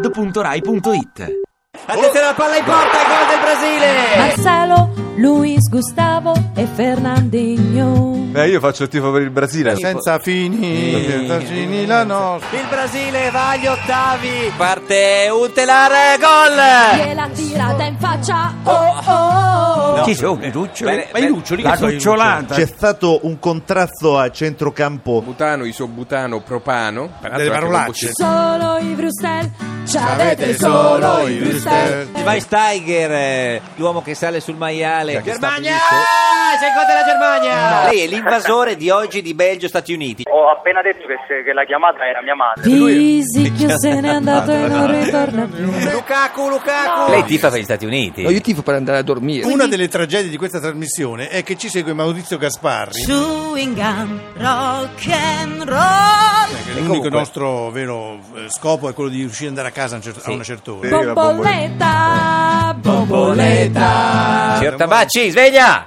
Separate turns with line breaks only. radio2pod.rai.it
Attenzione la palla in porta, gol del
Eh.
Brasile!
Marcelo, Luis, Gustavo e Fernandinho.
Eh, io faccio il tifo per il Brasile.
Senza fini, senza fini la nostra.
Il Brasile va agli ottavi! Parte Untelar, gol!
Gliela tirata in faccia. Oh, oh, oh.
Chi sono i luccioli?
Beh, beh,
La lucciolata.
C'è stato un contrasto a centrocampo.
Butano, isobutano, propano. Peraltro
Delle
anche con
parolacce.
Bocchetti.
Solo i Brustel. C'avete solo i Brustel.
Schweinsteiger, eh, l'uomo che sale sul maiale.
che
Germania! C'è il gol della Germania! Lei è l'invasore di oggi di Belgio-Stati Uniti.
Ho appena detto che, se- che la chiamata era mia madre.
Fisicchio se n'è andato e non ritorna più.
Lukaku, Lukaku! Lei tifa per gli Stati Uniti.
No, io tifo per andare a dormire.
Una delle tragedie di questa trasmissione è che ci segue Maurizio Gasparri,
Chewing gum, rock and roll.
che l'unico nostro vero eh, scopo è quello di riuscire ad andare a casa a un cer- a una certa ora.
Bomboletta, bomboletta.
Signor Tabacci, sveglia!